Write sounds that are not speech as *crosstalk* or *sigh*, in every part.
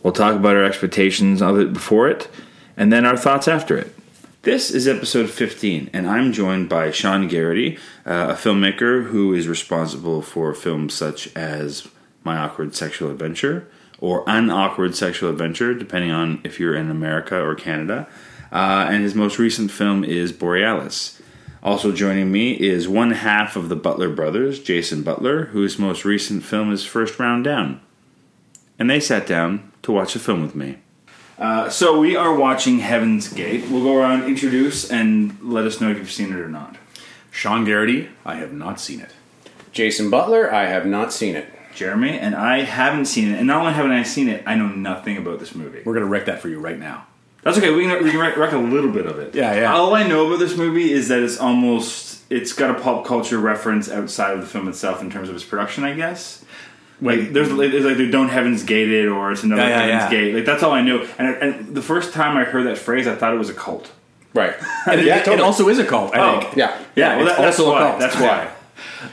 We'll talk about our expectations of it before it, and then our thoughts after it. This is episode 15, and I'm joined by Sean Garrity, uh, a filmmaker who is responsible for films such as My Awkward Sexual Adventure or An Awkward Sexual Adventure, depending on if you're in America or Canada. Uh, and his most recent film is Borealis. Also joining me is one half of the Butler brothers, Jason Butler, whose most recent film is First Round Down. And they sat down to watch a film with me. Uh, so we are watching Heaven's Gate. We'll go around, introduce, and let us know if you've seen it or not. Sean Garrity, I have not seen it. Jason Butler, I have not seen it. Jeremy and I haven't seen it, and not only haven't I seen it, I know nothing about this movie. We're going to wreck that for you right now. That's okay. We can, we can wreck, wreck a little bit of it. Yeah, yeah. All I know about this movie is that it's almost it's got a pop culture reference outside of the film itself in terms of its production, I guess. Like there's like, there's like the "Don't Heaven's Gated" or it's another Yeah, yeah, Heaven's yeah. Gate. Like that's all I knew. And, and the first time I heard that phrase, I thought it was a cult. *laughs* Right. And it, yeah, it totally. also is a cult, I Oh. think. yeah. Yeah, well, it's that, that's also a why. cult. That's why.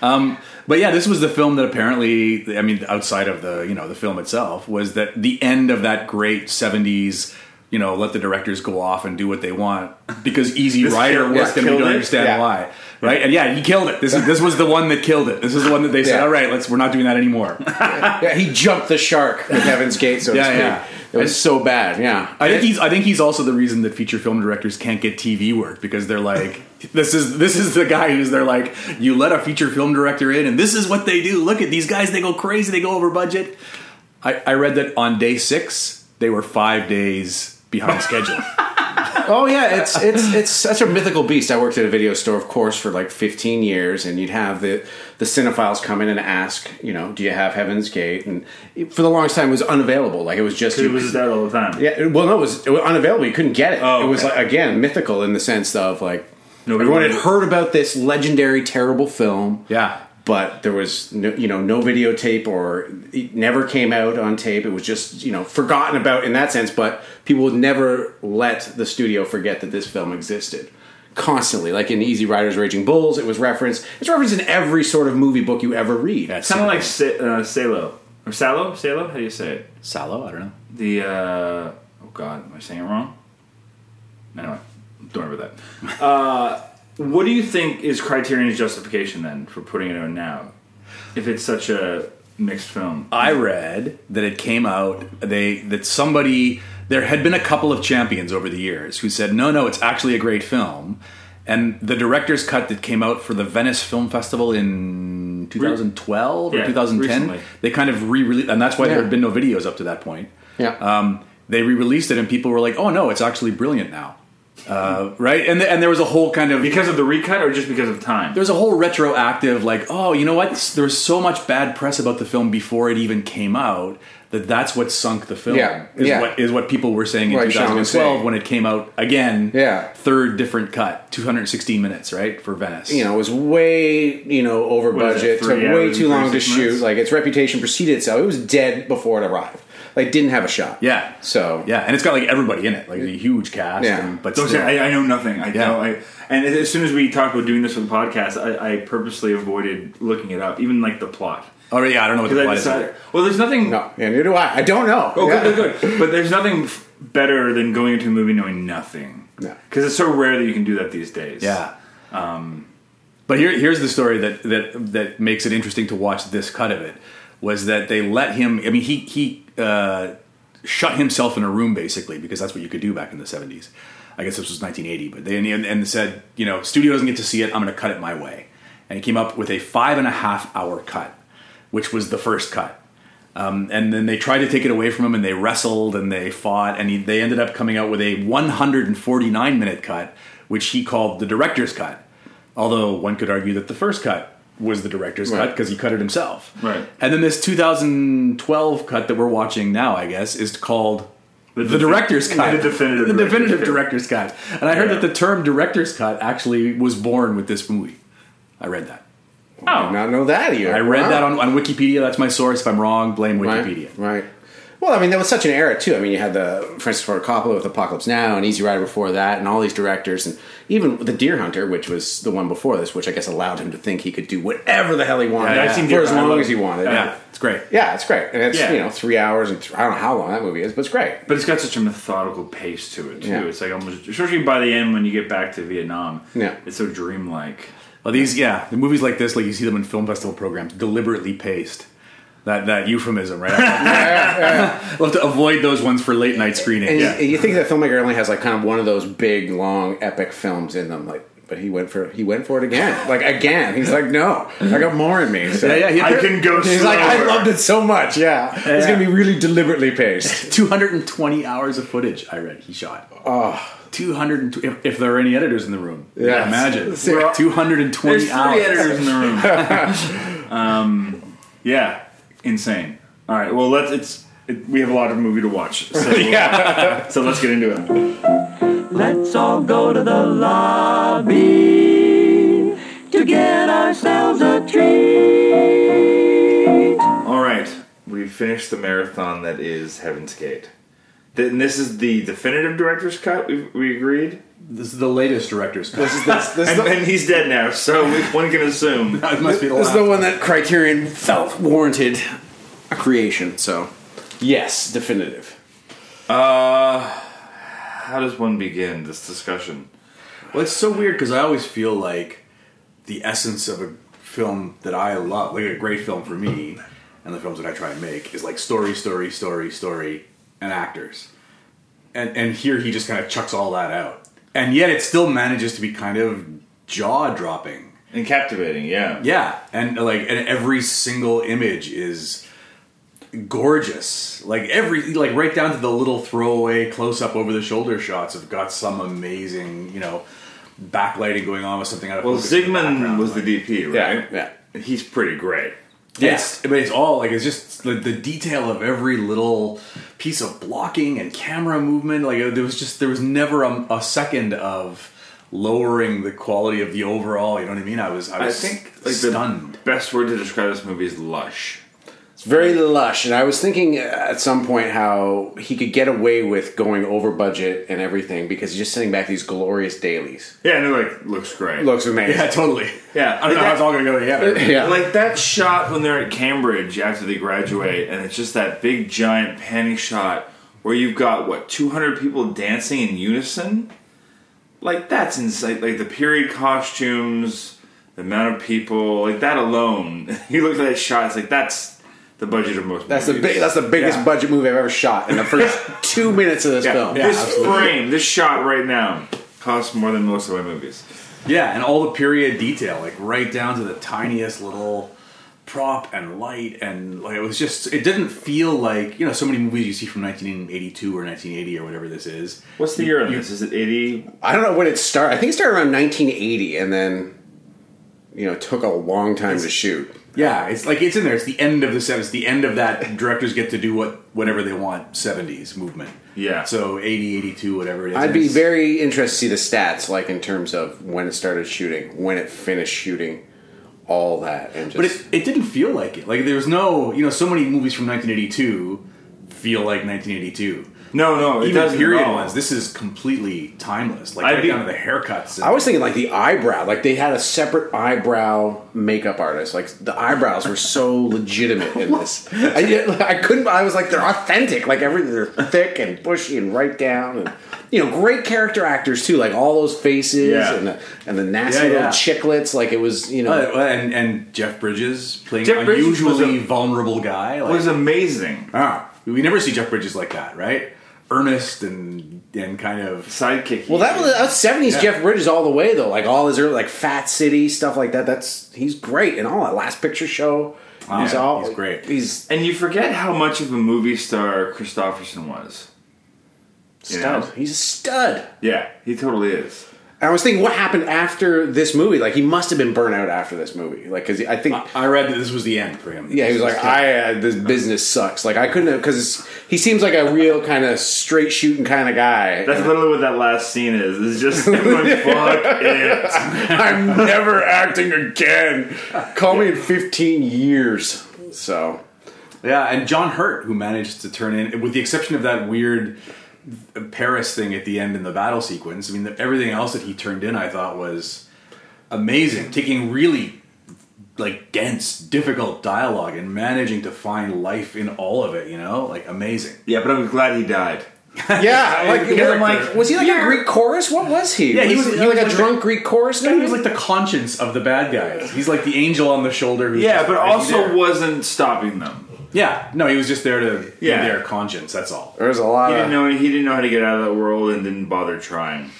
Um, but yeah, this was the film that apparently, I mean, outside of the you know the film itself, was that the end of that great '70s. You know, let the directors go off and do what they want because Easy This Rider killed- was this them. We killed don't it. understand Yeah. why, right? And yeah, he killed it. This is this was the one that killed it. This is the one that they said, Yeah. "All right, let's we're not doing that anymore." Yeah, he jumped the shark with Heaven's Gate, so to Yeah, speak. yeah. It was so bad, yeah. I think he's. I think he's also the reason that feature film directors can't get TV work because they're like, *laughs* this is this is the guy who's they're like, you let a feature film director in, and this is what they do. Look at these guys; they go crazy, they go over budget. I, I read that on day six they were five days behind *laughs* schedule. Oh yeah, it's it's it's such a mythical beast. I worked at a video store, of course, for like 15 years, and you'd have the the cinephiles come in and ask, you know, do you have Heaven's Gate? And it- for the longest time, it was unavailable. Like it was just It was that all the time. Yeah, it- well, no, it was, it was unavailable. You couldn't get it. Oh, it was okay. like again mythical in the sense of like Nobody everyone had wanted it. heard about this legendary, terrible film. Yeah. but there was no, you know no videotape or it never came out on tape. It was just you know forgotten about in that sense. But people would never let the studio forget that this film existed. Constantly, like in Easy Riders, Raging Bulls, it was referenced. It's referenced in every sort of movie book you ever read. That's Kind of like Sa- uh, Salo or Salo. Salo. How do you say it? Sallow. I don't know. the uh, oh god, am I saying it wrong? Anyway, don't worry about that. Uh, what do you think is Criterion's justification then for putting it out now, if it's such a mixed film? I read that it came out they that somebody there had been a couple of champions over the years who said no no it's actually a great film and the director's cut that came out for the Venice Film Festival in 2012 Yeah, or 2010 recently. they kind of re-released and that's why there Yeah. had been no videos up to that point Yeah. Uh, um, they re-released it and people were like oh no it's actually brilliant now uh, right and th- and there was a whole kind of Because of the recut, or just because of time? there's a whole retroactive like oh you know what there was so much bad press about the film before it even came out that that's what sunk the film Yeah, is yeah. what is what people were saying in Like Sean was 2012 saying. when it came out again Yeah. third different cut 216 minutes right for venice you know, it was way, you know, over What is it, budget, took three way hours too and long to 36 shoot. minutes? Like its reputation preceded itself. It was dead before it arrived. Like didn't have a shot. yeah So yeah and it's got like everybody in it like a huge cast Yeah. and, but Don't still, say, I, I know nothing. I Yeah. know. I, and as soon as we talked about doing this for the podcast, I, I purposely avoided looking it up, even like the plot. oh yeah i don't know what the Because I plot is decided, well, there's nothing. No, and neither do I. I don't know. *laughs* Oh, Yeah. good, good, good. But there's nothing f- better than going into a movie knowing nothing. No. Because it's so rare that you can do that these days. Yeah. Um, but here, here's the story that, that that makes it interesting to watch this cut of it was that they let him. I mean, he he uh, shut himself in a room basically because that's what you could do back in the 70s. I guess this was 1980, but they and, and said, you know, studio doesn't get to see it. I'm going to cut it my way, and he came up with a five and a half hour cut, which was the first cut. Um, and then they tried to take it away from him, and they wrestled and they fought, and he, they ended up coming out with a 149 minute cut, which he called the director's cut. Although one could argue that the first cut was the director's cut Right. because he cut it himself. Right. And then this 2012 cut that we're watching now, I guess, is called The, director's cut. The definitive The definitive director's director's cut. And I heard Yeah. that the term director's cut actually was born with this movie. I read that. Oh. I did not know that either. I read Wow. that on, on Wikipedia. That's my source. If I'm wrong, blame right? Wikipedia. Right. Well, I mean, that was such an era too. I mean, you had the Francis Ford Coppola with Apocalypse Now and Easy Rider before that, and all these directors, and even the Deer Hunter, which was the one before this, which I guess allowed him to think he could do whatever the hell he wanted Yeah, I've seen for Deer as Hunter. I long love- as he wanted. Yeah, it's great. Yeah, it's great, and it's Yeah. you know three hours and th- I don't know how long that movie is, but it's great. But it's got such a methodical pace to it too. Yeah. It's like almost, especially by the end when you get back to Vietnam. Yeah. it's so dreamlike. Well, these, yeah, the movies like this, like you see them in film festival programs, deliberately paced. That that *laughs* euphemism, right? I love to avoid those ones for late night screening. And Yeah. you, you think that filmmaker only has like kind of one of those big, long, epic films in them, like. But he went for he went for it again, like again. He's like, no, I got more in me. So. Yeah, yeah, he- I can go *laughs* He's like, I slower. loved it so much. Yeah, it's gonna be really deliberately *laughs* paced. 220 hours of footage I read he shot. Oh. Ah. 220 if, if there are any editors in the room. Yes. Imagine. Sick. We're all- 220 There's three hours. editors in the room. um, *laughs* Um, yeah, insane. All right, well let's. It's it, we have a lot of movie to watch. So, *laughs* *laughs* so let's get into it. Let's all go to the lobby to get ourselves a treat. All right, we finished the marathon that is Heaven's Gate. Th- And this is the definitive director's cut. We, we agreed, This is the latest director's cut. *laughs* This is, this, this is and, the, and he's dead now, so we, one can assume. it must be the this is last. the one that Criterion felt warranted a creation. So, yes, definitive. Uh, how does one begin this discussion? Well, it's so weird because I always feel like the essence of a film that I love, like a great film for me, and the films that I try and make is like story, story, story, story, and actors. And and here he just kind of chucks all that out, and yet it still manages to be kind of jaw dropping. And captivating, yeah. Yeah, and like and every single image is gorgeous. Like every like right down to the little throwaway close up over the shoulder shots have got some amazing, you know, backlighting going on with something out of Well, focus in the Zygmunt background, was the like- DP, right? Yeah, He's pretty great. Yes, but it's all like it's just the, the detail of every little piece of blocking and camera movement. Like uh, there was just there was never a, a second of lowering the quality of the overall. You know what I mean? I was I I was think like stunned. *laughs* the best word to describe this movie is lush. it's very lush. And I was thinking at some point how he could get away with going over budget and everything because he's just sending back these glorious dailies. Yeah, and it like looks great. Looks amazing. Yeah, totally. Yeah. I don't know how it's all going to go together. *laughs* Yeah. Like that shot when they're at Cambridge after they graduate, and it's just that big giant panty shot where you've got what 200 people dancing in unison. Like that's insane. Like the period costumes, the amount of people, like that alone. *laughs* you look at that shot, it's like that's the budget of most. that's the movies. big, that's the biggest Yeah. budget movie I've ever shot in the first two minutes of this Yeah, film. this frame, this shot right now costs more than most of my movies. Yeah, and all the period detail, like right down to the tiniest little prop and light, and like it was just, it didn't feel like you know so many movies you see from 1982 or 1980 or whatever this is. What's the year on this? Is it 80? I don't know when it started. I think it started around 1980, and then you know took a long time to shoot. Yeah, it's like it's in there. It's the end of the seventies. The end of that directors get to do what whatever they want. Seventies movement. Yeah. So 80, 82, whatever it is. I'd be It's- very interested to see the stats, like in terms of when it started shooting, when it finished shooting, all that, and just But it, it didn't feel like it. Like there was no, you know, so many movies from 1982 feel like 1982. No, no, it even doesn't at period all. ones. This is completely timeless. Like I'd right be- down to the haircuts. I was thinking like the eyebrow, like they had a separate eyebrow makeup artist. Like the eyebrows were *laughs* so legitimate in this. I, I couldn't. I was like, they're authentic. Like everything, they're thick and bushy and right down, and you know, great character actors too. Like all those faces Yeah. and the, and the nasty Yeah, little yeah. chiclets. Like it was, you know, Uh, and and Jeff Bridges playing Jeff an Bridges was unusually a- vulnerable guy. Like, was amazing. ah, we never see Jeff Bridges like that, right? Earnest and and kind of Sidekick. Well, that was that was seventies Jeff Bridges all the way though. Like all his early, like Fat City stuff like that. That's he's great and all that Last Picture Show. he's Oh, yeah, all he's great. He's And you forget how much of a movie star Christofferson was. stud. He's a stud. Yeah, he totally is. And And I was thinking, what happened after this movie? Like, he must have been burnt out after this movie. Like, because I think. I read that this was the end for him. yeah, he was like, I uh, this business sucks. Like I couldn't have because he seems like a real kind of straight shooting kind of *laughs* guy. That's literally what that last scene is. It's just him like, fuck it. I'm never acting again. Call me in 15 years. So Yeah, and John Hurt, who managed to turn in, with the exception of that weird Paris thing at the end in the battle sequence. I mean, everything else that he turned in, I thought was amazing. Taking really like dense, difficult dialogue and managing to find life in all of it. You know, like amazing. Yeah, but I'm glad he died. *laughs* yeah, like, Because I'm like, like, was he like a Greek chorus? What was he? Yeah, he was, was- he he like was a like drunk Greek chorus guy. He was like the conscience of the bad guys. He's like the angel on the shoulder. Who's Yeah, just- but he's also there. wasn't stopping them. yeah. No, he was just there to Yeah. be their conscience. That's all. There's a lot He of didn't know he didn't know how to get out of that world and didn't bother trying.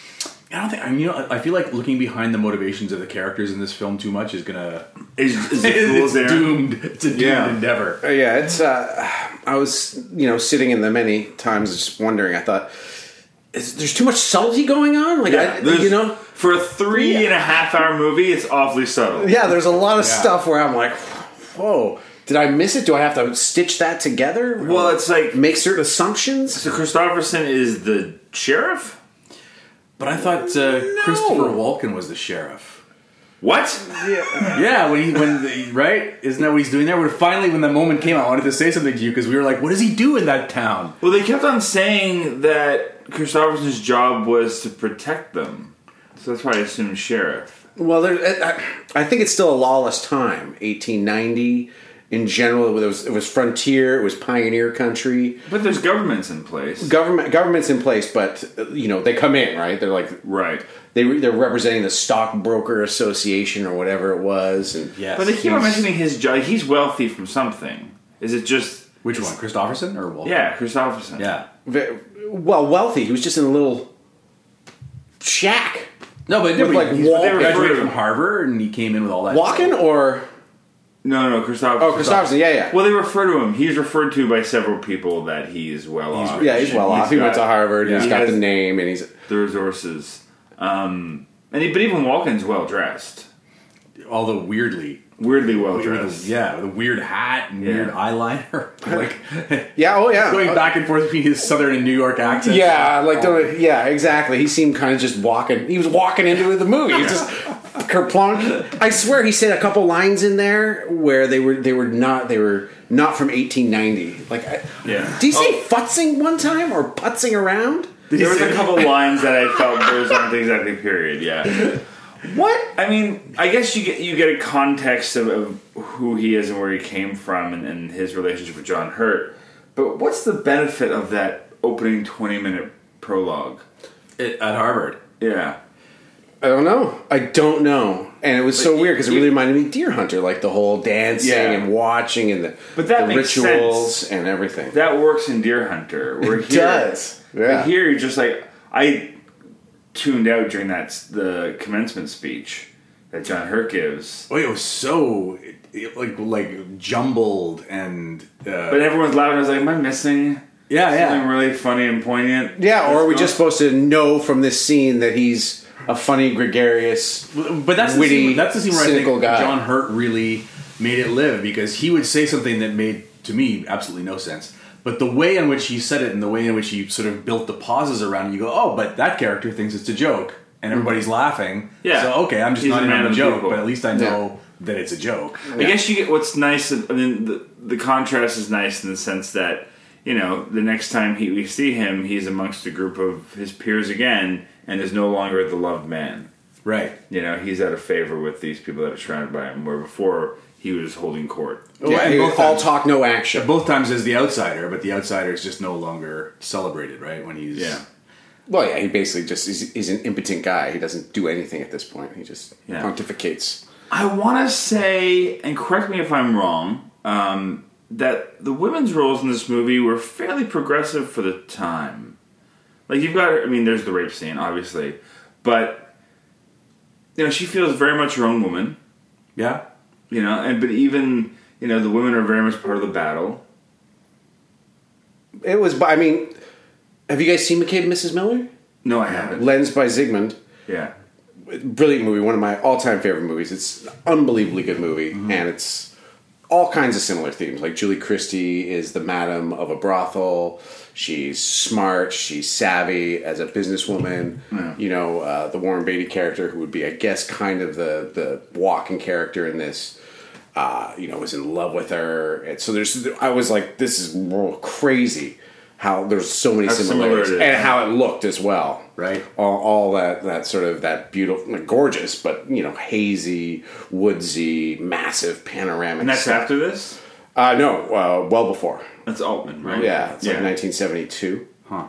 I don't think. I mean, you know, I feel like looking behind the motivations of the characters in this film too much is gonna Is, is *laughs* it cool it's there? doomed. It's a doomed Yeah. endeavor. yeah, it's. Uh, I was, you know, sitting in the many times just wondering. I thought, is, there's too much subtlety going on. Like, Yeah, I, there's- you know, for a three and a half hour movie, it's awfully subtle. yeah, there's a lot of Yeah. stuff where I'm like, whoa, did I miss it? Do I have to stitch that together? Well, it's like make certain assumptions. so Christopherson is the sheriff. But I thought uh, Christopher Walken was the sheriff. What? Yeah, when he when the, right isn't that what he's doing there? When finally when the moment came, I wanted to say something to you because we were like, what does he do in that town? Well, they kept on saying that Christopherson's job was to protect them, so that's why I assumed sheriff. Well, there, I, I think it's still a lawless time. 1890 in general, it was, it was frontier, it was pioneer country. But there's governments in place, Government government's in place, but uh, you know they come in right. They're like right? they re- they're representing the stockbroker association or whatever it was, and Yes. But they keep on mentioning his job. He's wealthy from something. Is it just Which one, Christopherson or Walken? yeah, Christopherson? yeah. ve- well wealthy. He was just in a little shack No, but With, like, he's- they Walken. graduated from Harvard and he came in with all that. walking or No, no, Christopherson. oh Christopherson, yeah, yeah, Well, they refer to him. He's referred to by several people that he's well off. yeah. He's well off. He went to got Harvard. yeah. He's got He the has- name, and he's the resources. Um, and he, but even Walken's well dressed, stuff. Although weirdly, weirdly well with dressed. the, yeah, the weird hat and Yeah. weird eyeliner, *laughs* like yeah, oh yeah, going back and forth between his southern and New York accents. Yeah, like don't, yeah, exactly. He seemed kind of just walking. He was walking into the movie. He was just kerplunk. I swear, he said a couple lines in there where they were they were not they were not from 1890. Like, I, Yeah. did he say futzing one time or putzing around? There was a couple lines that I felt those aren't exactly period. Yeah. What I mean, I guess you get you get a context of, of who he is and where he came from and, and his relationship with John Hurt. But what's the benefit of that opening twenty minute prologue? At at Harvard. Yeah. I don't know. I don't know. And it was so weird because it really reminded me of Deer Hunter, like the whole dancing Yeah. and watching and the, But that the makes rituals and everything. That works in Deer Hunter. Where It here, does. Yeah. But here, you're just like I tuned out during that s- the commencement speech that John Hurt gives. Oh, it was so it- it, like like jumbled and uh, But everyone's laughing. I was like, "Am I missing yeah, something yeah. really funny and poignant?" Oh, yeah, or are we That's just supposed to know from this scene that he's a funny, gregarious? But that's Witty, the scene, that's the scene where I cynical think guy. John Hurt really made it live because he would say something that made to me absolutely no sense. But the way in which he said it and the way in which he sort of built the pauses around, it, you go, oh, but that character thinks it's a joke and everybody's laughing. Mm-hmm. Yeah. So okay, I'm just He's not a in man on of the joke, people. but at least I know that it's a joke. I guess you get what's nice. I mean, the, the contrast is nice in the sense that you know the next time he, we see him, he's amongst a group of his peers again, and is no longer the loved man. Right. You know, he's out of favor with these people that are surrounded by him. Where before he was holding court. Yeah, and it- both all times- talk, no action. Both times as the outsider, but the outsider is just no longer celebrated, right? When he's Yeah. Well, yeah, he basically just is, is an impotent guy. He doesn't do anything at this point. He just Yeah. pontificates. I want to say, and correct me if I'm wrong, um, that the women's roles in this movie were fairly progressive for the time. Like you've got, I mean, there's the rape scene, obviously, but you know she feels very much her own woman. yeah. You know, and but even you know the women are very much part of the battle. It was, by, I mean, have you guys seen McCabe and Mrs. Miller? No, I haven't. Lens by Zygmunt. Yeah, brilliant movie, one of my all-time favorite movies. It's an unbelievably good movie, Mm-hmm. and it's all kinds of similar themes. Like Julie Christie is the madam of a brothel. She's smart. She's savvy as a businesswoman. You know, uh, the Warren Beatty character, who would be, I guess, kind of the the walking character in this. Uh, you know, was in love with her, and so there's. I was like, this is crazy. How there's so many similarities, similar it is. and how it looked as well, Right. all, all that that sort of that beautiful, like, gorgeous, but you know, hazy, woodsy, massive panoramic. And that's stuff. after this? Uh, no, uh, well before. That's Altman, right? Yeah, it's like 1972. Huh.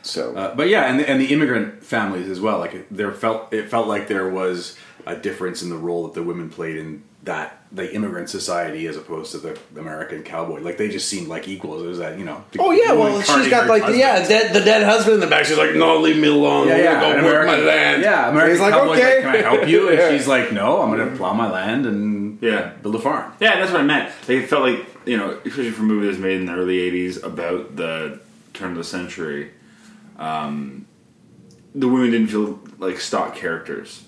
So Uh, but yeah, and the, and the immigrant families as well. Like it- there felt it felt like there was a difference in the role that the women played in that the immigrant society as opposed to the American cowboy. Like they just seemed like equals. It was that you know. the Oh yeah, well woman she's carting got her like the, husband. yeah, dead, the dead husband in the back. She's like, no, leave me alone. Yeah, yeah, I'm gonna and go work American- my land. Yeah, And American he's like, cowboy's okay, like, "Can I help you?" *laughs* Yeah. And she's like, "No, I'm going to plow my land and Yeah. build a farm." Yeah, that's what I meant. Like, it felt like, you know, especially for a movie that was made in the early 80s about the turn of the century, um, the women didn't feel like stock characters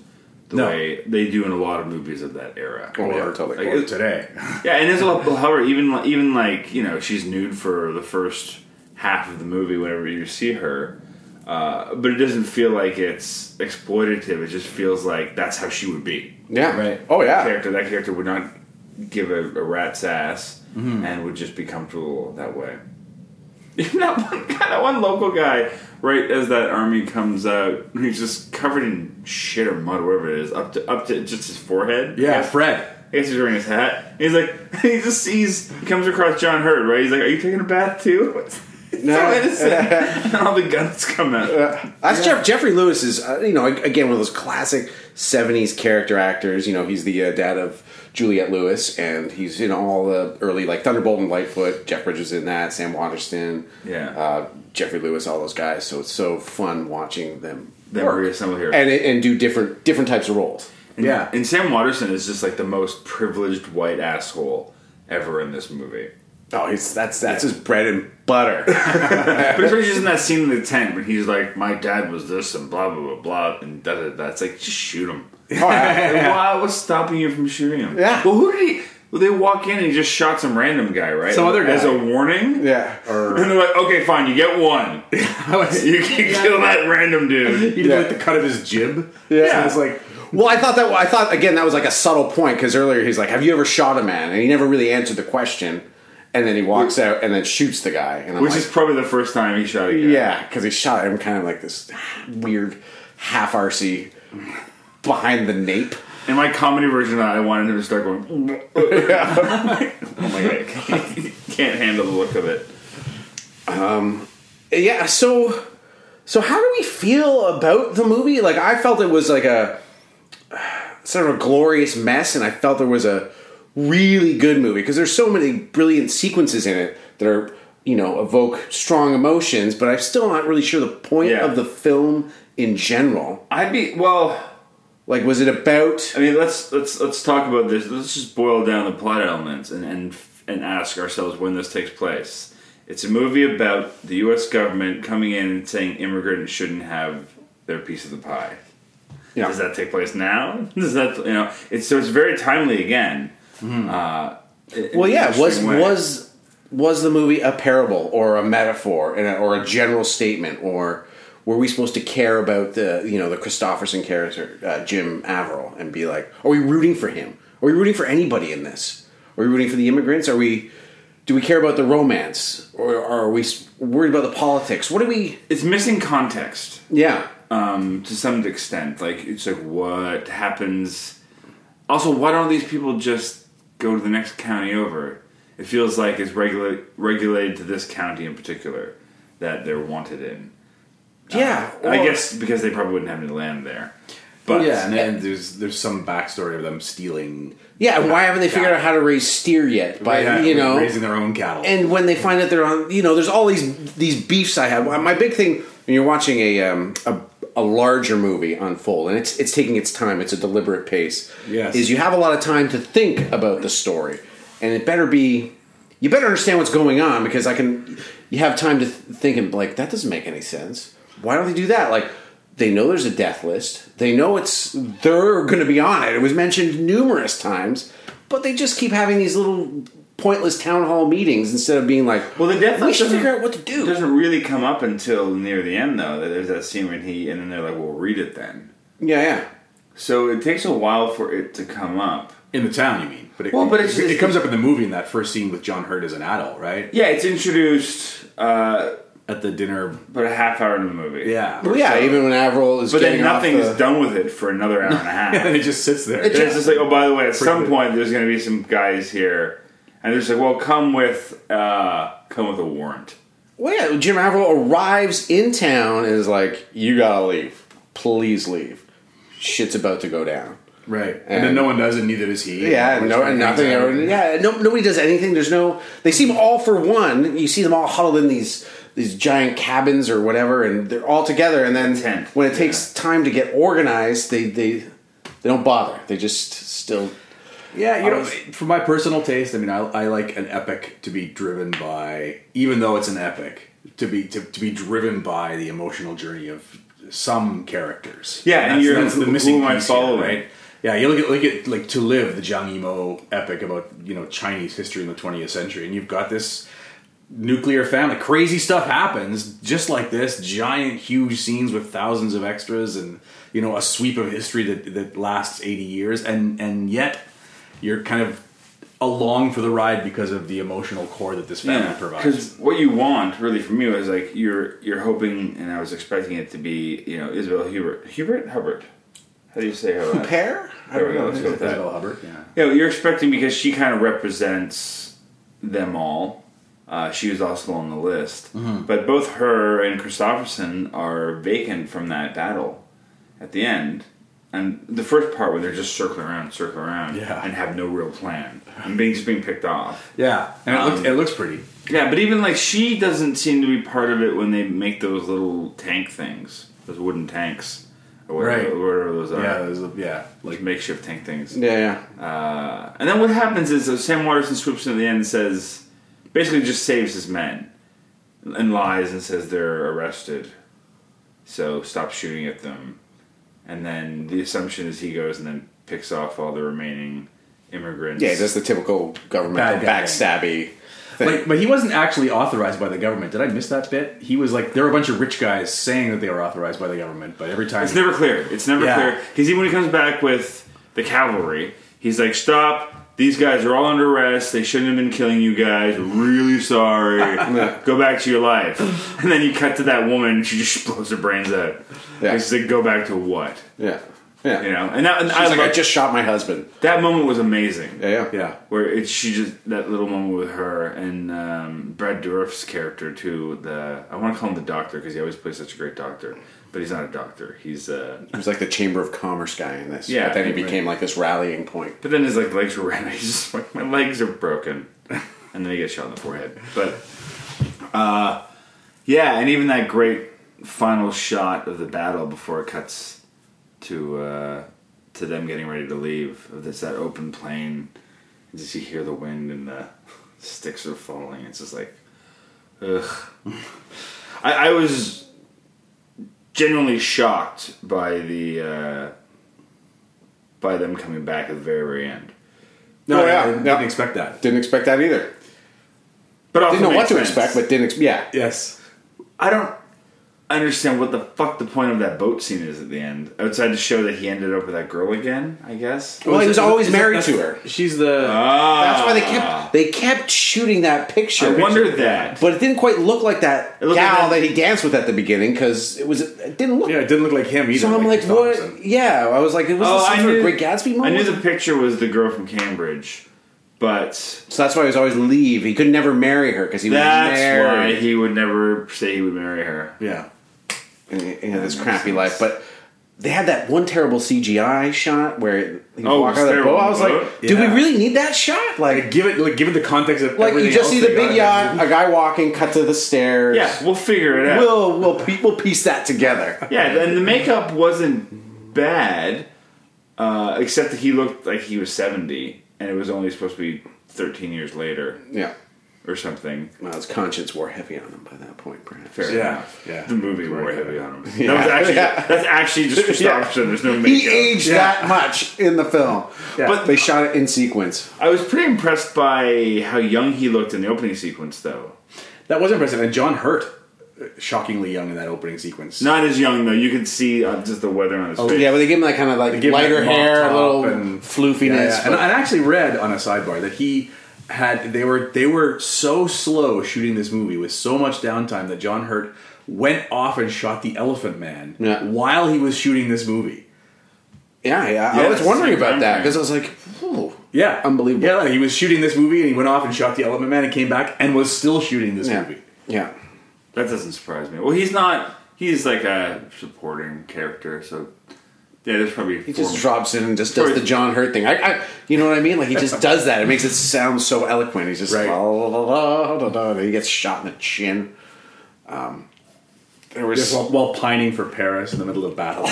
the No. way they do in a lot of movies of that era. Oh, yeah, Like, totally. it- *laughs* Today, yeah, and there's a lot. However, even like, even like you know, she's nude for the first half of the movie whenever you see her, uh, but it doesn't feel like it's exploitative. It just feels like that's how she would be. yeah, Right. Oh yeah, Character that character would not give a, a rat's ass and would just be comfortable that way. *laughs* Even that one guy, that one local guy, right as that army comes out, he's just covered in shit or mud, whatever it is, up to up to just his forehead. *laughs* yeah, Fred. I guess he's wearing his hat. And he's like, *laughs* he just sees, he comes across John Hurt, right? He's like, "Are you taking a bath too?" *laughs* It's No. so innocent. and all the guns come out. That's Jeff, Jeffrey Lewis is uh, you know again one of those classic '70s character actors. You know he's the uh, dad of Juliette Lewis, and he's in all the early like Thunderbolt and Lightfoot. Jeff Bridges in that, Sam Waterston, Yeah. uh, Jeffrey Lewis, all those guys. So it's so fun watching them Then work. we reassemble here. and and do different different types of roles. Yeah, and Sam Waterston is just like the most privileged white asshole ever in this movie. Oh, he's that's that's his bread and butter. *laughs* But it's really just in that scene in the tent when he's like, "My dad was this and blah blah blah blah and da da da." It's like just shoot him. All right. *laughs* Why? What's stopping you from shooting him? Yeah. Well, who did he? Well, they walk in and he just shot some random guy, right? Some other guy. as a warning. Yeah. And they're like, okay, fine, you get one. I was, You *laughs* can kill that random dude. he did Yeah. like the cut of his jib. Yeah. so it's like Well, I thought that I thought again that was like a subtle point because earlier he's like, "Have you ever shot a man?" and he never really answered the question, and then he walks out and then shoots the guy, and I'm Which like, is probably the first time he shot a guy. yeah, because he shot him kind of like this weird half RC behind the nape. In my comedy version, I wanted him to start *laughs* going. *laughs* oh my god, I can't handle the look of it. Yeah, so so how do we feel about the movie? Like I felt it was like a sort of a glorious mess, and I felt there was a really good movie because there's so many brilliant sequences in it that are you know evoke strong emotions, but I'm still not really sure the point Yeah. of the film in general. I'd be well. Like, was it about? I mean, let's let's let's talk about this. Let's just boil down the plot elements and and and ask ourselves when this takes place. It's a movie about the U.S. government coming in and saying immigrants shouldn't have their piece of the pie. Yeah. Does that take place now? *laughs* Does that you know? It's so it's very timely again. Uh, in- in Mm-hmm. well, an yeah, was interesting way. was was the movie a parable or a metaphor and a, or a general statement or were we supposed to care about the you know the Christofferson character uh, Jim Averill and be like, are we rooting for him? Are we rooting for anybody in this? Are we rooting for the immigrants? Are we do we care about the romance or are we s- worried about the politics? What do we? it's missing context. Yeah, um, to some extent. Like it's like what happens. Also, why don't these people just go to the next county over? It feels like it's regula- regulated to this county in particular that they're wanted in. yeah. I or- guess because they probably wouldn't have any land there. But yeah, and then there's there's some backstory of them stealing. Yeah, and why haven't they figured out how to raise steer yet? By Yeah, you know raising their own cattle. and when they find out they're on, you know, there's all these these beefs I have. My big thing when you're watching a um, a, a larger movie unfold, and it's it's taking its time. It's a deliberate pace. Yes. is you have a lot of time to think about the story, and it better be. You better understand what's going on because I can. You have time to th- think and be like that doesn't make any sense. Why don't they do that? Like They know there's a death list. They know it's they're going to be on it. It was mentioned numerous times, but they just keep having these little pointless town hall meetings instead of being like, Well, the death we list should doesn't- figure out what to do." doesn't really come up until near the end, though. That There's that scene when he, and then they're like, "We'll read it then." Yeah, yeah. So it takes a while for it to come up. In the town, you mean? But it, Well, but it's- it, it comes up in the movie in that first scene with John Hurt as an adult, right? Yeah, it's introduced uh, At the dinner. *laughs* about a half hour in the movie. Yeah. Well, yeah, even when Avril is But then getting nothing off the, is done with it for another hour and a half. and it just sits there. And It's just like, oh, by the way, at some good. point there's going to be some guys here, and they're just like, well, come with, uh, come with a warrant. Well, yeah, Jim Averill arrives in town and is like, "You gotta leave, please leave. Shit's about to go down." Right. And, then no one does it, neither does he. Yeah, and no, and nothing. Ever, yeah, no, nobody does anything. There's no. They seem all for one. You see them all huddled in these these giant cabins or whatever, and they're all together. And then Tent, when it takes time to get organized, they they they don't bother. They just still. Yeah, you know, for my personal taste, I mean, I, I like an epic to be driven by, even though it's an epic, to be to, to be driven by the emotional journey of some characters. Yeah, and you're- who- who am I here, following? Yeah, you look at look at like to live the Zhang Yimou epic about you know Chinese history in the 20th century, and you've got this nuclear family. Crazy stuff happens just like this. Giant, huge scenes with thousands of extras, and you know a sweep of history that that lasts 80 years, and and yet you're kind of along for the ride because of the emotional core that this family provides. because what you want really for me was like you're you're hoping, and I was expecting it to be, you know, Isabel Hubert, Hubert, Hubbard. How do you say her? last- Pair? There we go. Let's go with that. Isabel Hubbard, yeah. Yeah, you're expecting because she kind of represents them all. Uh, she was also on the list, but both her and Christopherson are vacant from that battle at the end. And the first part where they're just circling around, circling around, Yeah. and have no real plan, and being just being picked off. Yeah, and it, Um, looks, it looks pretty. Yeah, but even like she doesn't seem to be part of it when they make those little tank things, those wooden tanks, or whatever, Right. whatever those uh, are, Yeah, there's a- yeah, like like makeshift tank things. Yeah, yeah. Uh, and then what happens is uh, Sam Waterston swoops in at the end and says, basically just saves his men and lies and says they're arrested. So stop shooting at them. And then the assumption is he goes and then picks off all the remaining immigrants. Yeah, that's the typical governmental Bad guy. backstabby. Thing. Like, but he wasn't actually authorized by the government. Did I miss that bit? He was like, there were a bunch of rich guys saying that they were authorized by the government, but every time It's never clear. It's never Yeah. clear. Because even when he comes back with the cavalry, he's like, stop. These guys are all under arrest. They shouldn't have been killing you guys. Really sorry. *laughs* go back to your life. And then you cut to that woman, and she just *laughs* blows her brains out. Yeah. It's like, go back to what? yeah, yeah. You know? And that, and I She's like, I loved- just shot my husband. that moment was amazing. Yeah, yeah. yeah, Where it, she just, that little moment with her and um, Brad Dourif's character, too. The I want to call him the doctor because he always plays such a great doctor. But he's not a doctor. He's uh, He was like the Chamber of Commerce guy in this. Yeah, but then he right. became like this rallying point. But then his like legs were red. *laughs* He's just like my legs are broken, *laughs* and then he gets shot in the forehead. But uh, yeah, and even that great final shot of the battle before it cuts to uh, to them getting ready to leave. Of this that open plain, and just you hear the wind and the *laughs* sticks are falling. It's just like, ugh. *laughs* I, I was genuinely shocked by the. Uh, by them coming back at the very, very end. no, Oh, yeah. I didn't Yeah. expect that. Didn't expect that either. But also Didn't know what makes to sense. expect, but didn't. Ex- yeah, Yes, I don't understand what the fuck the point of that boat scene is at the end. Outside to show that he ended up with that girl again, I guess. Well, he was always Is that- married to that's- her. Ah. She's the Uh, That's why they kept they kept shooting that picture. Ah, I wondered that. but it didn't quite look like that It looked like gal that- that he danced with at the beginning because it was it didn't look. yeah. It didn't look like him either. so I'm like, Thompson. what? Yeah, I was like, it was Oh, this some I sort of knew- Great Gatsby I moment. knew the picture was the girl from Cambridge, but so that's why he was always leave. He could never marry her because he was that's why married. he would never say he would marry her. Yeah, and he he had this That crappy makes life, but. They had that one terrible CGI shot where he Oh, walked it was out of the terrible. boat. I was like, "Do we Yeah. really need that shot?" Like, like give it like give it the context of like you everything just else see the they big got. yacht, a guy walking, cut to the stairs. Yeah, we'll figure it out. we'll we'll, pe- we'll piece that together. yeah, and the makeup wasn't bad, uh, except that he looked like he was seventy, and it was only supposed to be thirteen years later. Yeah. or something. Well, his conscience wore heavy on him by that point, perhaps. Fair Yeah, enough. yeah. The movie wore heavy on him. That was actually that's actually *laughs* just Christopherson. There's no He makeup. aged that much in the film. But they shot it in sequence. I was pretty impressed by how young he looked in the opening sequence, though. That was impressive. And John Hurt, uh, shockingly young in that opening sequence. Not as young though. You could see uh, just the weather on his face. Oh, Yeah, but they give him that kind of like give him lighter that mop hair, a top little and- floofiness. Yeah, yeah. And but- I actually read on a sidebar that he had they were they were so slow shooting this movie with so much downtime that John Hurt went off and shot the Elephant Man Yeah. while he was shooting this movie. yeah, yeah. I Yes, was wondering about I'm that fine. because I was like, whoa. Yeah, Unbelievable. Yeah, like, he was shooting this movie and he went off and shot the Elephant Man and came back and was still shooting this Yeah. movie. Yeah. That doesn't surprise me. Well, he's not. He's like a supporting character, so yeah, there's probably He just drops in and just does Or- the John Hurt thing. I, I, you know what I mean? Like he just does that. It makes it sound so eloquent. He's just Right. la, la, la, la, la, la, la. he gets shot in the chin. Um, there was Just while, while pining for Paris in the middle *laughs* of battle,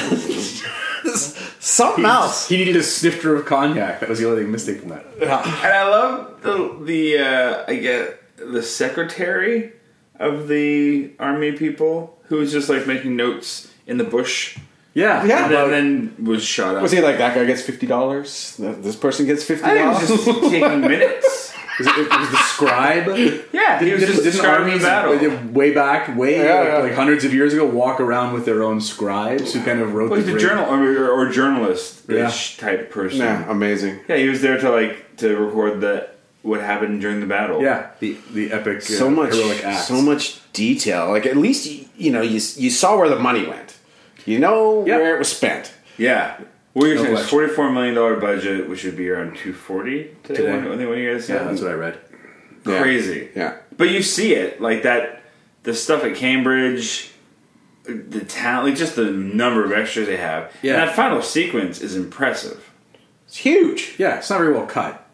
something else. he needed a snifter of cognac. That was the only thing missing from that. And I love the the uh, I get the secretary of the army people who was just like making notes in the bush, Yeah, Yeah. and then, then was shot up. Was he like that guy gets fifty dollars? This person gets fifty I think dollars. it was just taking minutes. Was it, it was *laughs* the scribe. *laughs* Yeah, he was just describing the battle. way back, way Yeah, like, yeah. like hundreds of years ago, walk around with their own scribes who kind of wrote Well, he's the a great- journal or, or journalist ish type person. yeah, amazing. Yeah, he was there to like to record the what happened during the battle. Yeah, the the epic, so uh, much heroic acts. so much detail like at least you, you know you, you saw where the money went you know Yeah. where it was spent yeah. What you're saying is question. forty-four million dollar budget, which would be around two forty today. Today. When, when you guys, Yeah, that's what I read. Yeah. crazy. yeah But you see it like that, the stuff at Cambridge, the talent, like just the number of extras they have. Yeah. and that final sequence is impressive. it's huge Yeah, it's not very well cut,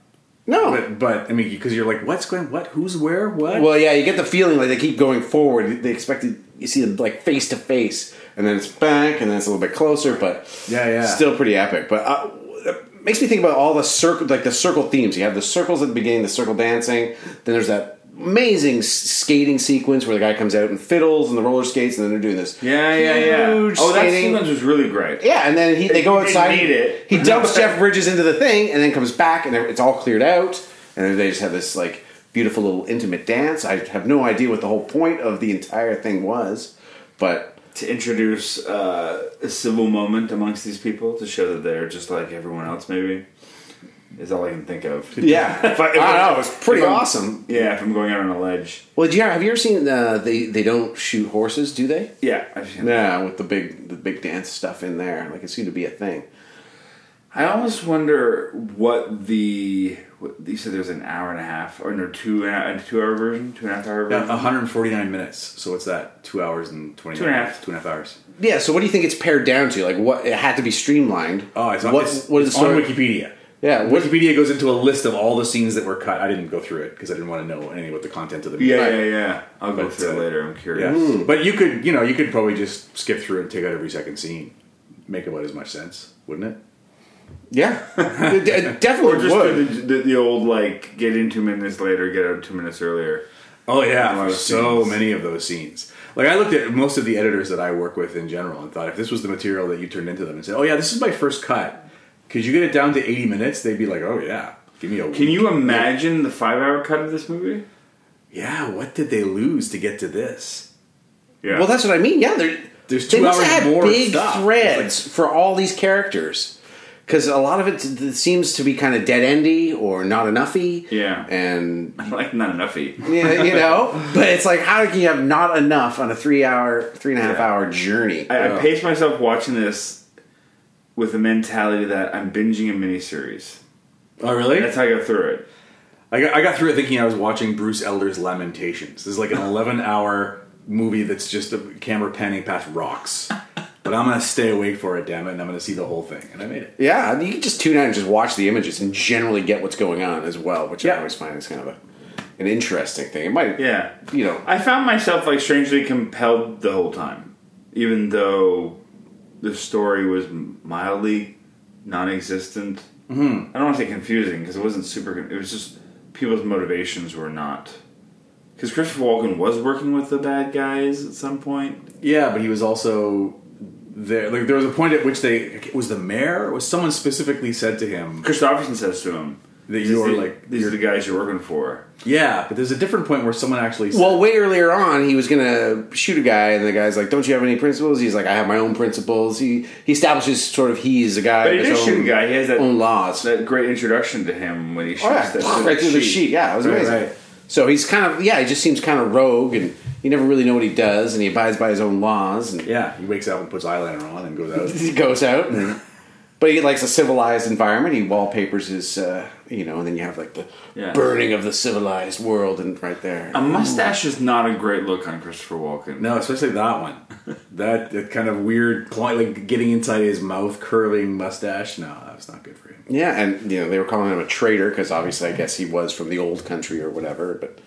no but but I mean, because you're like, what's going, what, who's where, what? well yeah you get the feeling like they keep going forward they expect to you see them like face to face and then it's back and then it's a little bit closer but Yeah, yeah. still pretty epic but uh, it makes me think about all the circle like the circle themes you have the circles at the beginning the circle dancing then there's that amazing s- skating sequence where the guy comes out and fiddles and the roller skates and then they're doing this Yeah, yeah, yeah. Huge oh, that skating. sequence was really great. Yeah, and then he, they go He didn't outside. need it. He dumps Jeff Bridges into the thing, and then comes back, and it's all cleared out. And then they just have this like beautiful little intimate dance. I have no idea what the whole point of the entire thing was, but to introduce uh, a civil moment amongst these people to show that they're just like everyone else. Maybe is all I can think of. yeah, If I- if *laughs* I I- don't know. It was pretty if I'm- awesome. Yeah, if I'm going out on a ledge. Well, did you, have you ever seen uh, they they don't shoot horses? Do they? Yeah, I've seen that. Yeah, with the big the big dance stuff in there, like it seemed to be a thing. I almost wonder what the what, you said there's an hour and a half or no two and a two hour version, two and a half hour Yeah, version. uh-huh. 149 minutes. So what's that? Two hours and twenty Two and a half. two and a half hours. Yeah, so what do you think it's pared down to? Like what it had to be streamlined. Oh, it's on, what it's, what is it's the story? on Wikipedia. Yeah, what, Wikipedia goes into a list of all the scenes that were cut. I didn't go through it because I didn't want to know any what the content of the Yeah, Right. yeah, yeah. I'll go But, through it uh, later. I'm Yeah. curious. But you could, you know, you could probably just skip through and take out every second scene. Make about as much sense, wouldn't it? Yeah, it, de- it Or definitely just would. do the, the, the old like get in two minutes later, get out two minutes earlier. Oh yeah, lot of so scenes. many of those scenes. Like I looked at most of the editors that I work with in general and thought if this was the material that you turned into them and said, "Oh yeah, this is my first cut." Could you get it down to 80 minutes? They'd be like, "Oh yeah, give me a Can you imagine the five hour cut of this movie? Yeah, what did they lose to get to this? Yeah. well, that's what I mean. Yeah, there- There's they two must hours have had more of big stuff. threads for all these characters because a lot of it t- t- seems to be kind of dead endy or not enoughy. Yeah. *laughs* and like not enoughy. yeah, you *laughs* know, but it's like how can you have not enough on a three hour, three and a half Yeah. hour journey? I, I paced myself watching this with the mentality that I'm binging a miniseries. Oh really? That's how I go through it. I got, I got through it thinking I was watching Bruce Elder's Lamentations. This is like an 11 hour movie that's just a camera panning past rocks. But I'm going to stay awake for it, damn it, and I'm going to see the whole thing. And I made it. yeah, I mean, you can just tune out and just watch the images and generally get what's going on as well, which I Yeah. always find is kind of a, an interesting thing. It might, Yeah. you know, I found myself like strangely compelled the whole time, even though the story was mildly non-existent. Mm-hmm. I don't want to say confusing because it wasn't super. con- It was just people's motivations were not Because Christopher Walken was working with the bad guys at some point. Yeah, but he was also there. Like there was a point at which they it was the mayor. Was someone specifically said to him? Christopherson says to him, That "These you're are the- like- these are the guys you're working for." Yeah, but there's a different point where someone actually. Said, Well, way earlier on, he was gonna shoot a guy, and the guy's like, "Don't you have any principles?" He's like, "I have my own principles." He he establishes sort of he's a guy, But he of his did own, shoot a guy. He has that own laws. that great introduction to him when he shoots Oh, yeah. that right through the sheet. Yeah, it was Right, amazing. right. So he's kind of yeah, he just seems kind of rogue, and you never really know what he does, and he abides by his own laws, and yeah, he wakes up and puts eyeliner on and goes *laughs* out. he goes out. And, but he likes a civilized environment. He wallpapers his, uh, you know, and then you have like the Yeah. burning of the civilized world, and right there. A mustache Mm. is not a great look on Christopher Walken. No, especially that one. That, that kind of weird, cli- like getting inside his mouth, curling mustache. No, that was not good for him. Yeah, and you know they were calling him a traitor because obviously I guess he was from the old country or whatever, but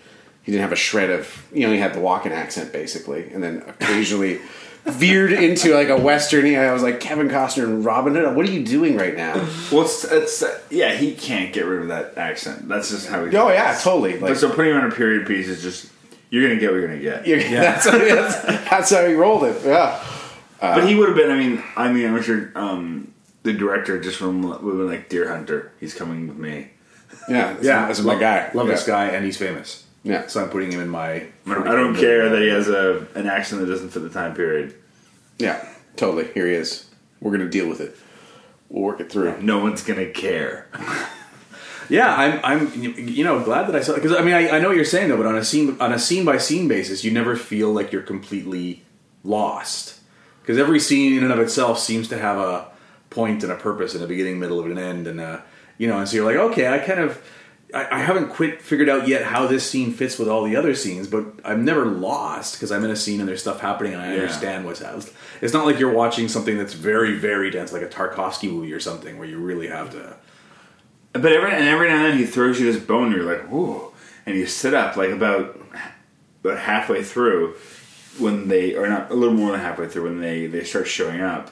he didn't have a shred of you know he had the Walken accent basically, and then occasionally veered into like a western. you know, I was like Kevin Costner and Robin Hood. What are you doing right now? Well, it's, it's uh, yeah, he can't get rid of that accent. That's just how he. oh yeah, totally. Like But so putting him on a period piece is just you're gonna get what you're gonna *laughs* get. you- that's, that's that's how he rolled it. Yeah, but he would have been. I mean, I mean, I'm sure um, the director just from would have been like Deer Hunter. He's coming with me. yeah, that's my- that's my love, guy. Love yeah. this guy, and he's famous. Yeah. So I'm putting him in my. I don't, I don't care that he has a an accent that doesn't fit the time period. Yeah, totally. Here he is. We're gonna deal with it. We'll work it through. No one's gonna care. Yeah, I'm. I'm. You know, glad that I saw because I mean I, I know what you're saying though, but on a scene on a scene by scene basis, you never feel like you're completely lost because every scene in and of itself seems to have a point and a purpose and a beginning, middle, and an end, and a, you know, and so you're like, okay, I kind of. I I haven't quit figured out yet how this scene fits with all the other scenes, but I'm never lost because I'm in a scene and there's stuff happening and I Yeah. understand what's happening. It's not like you're watching something that's very, very dense, like a Tarkovsky movie or something, where you really have to. But every and every now and then he throws you this bone, and you're like, "Ooh!" And you sit up like about about halfway through when they, or not a little more than halfway through when they they start showing up,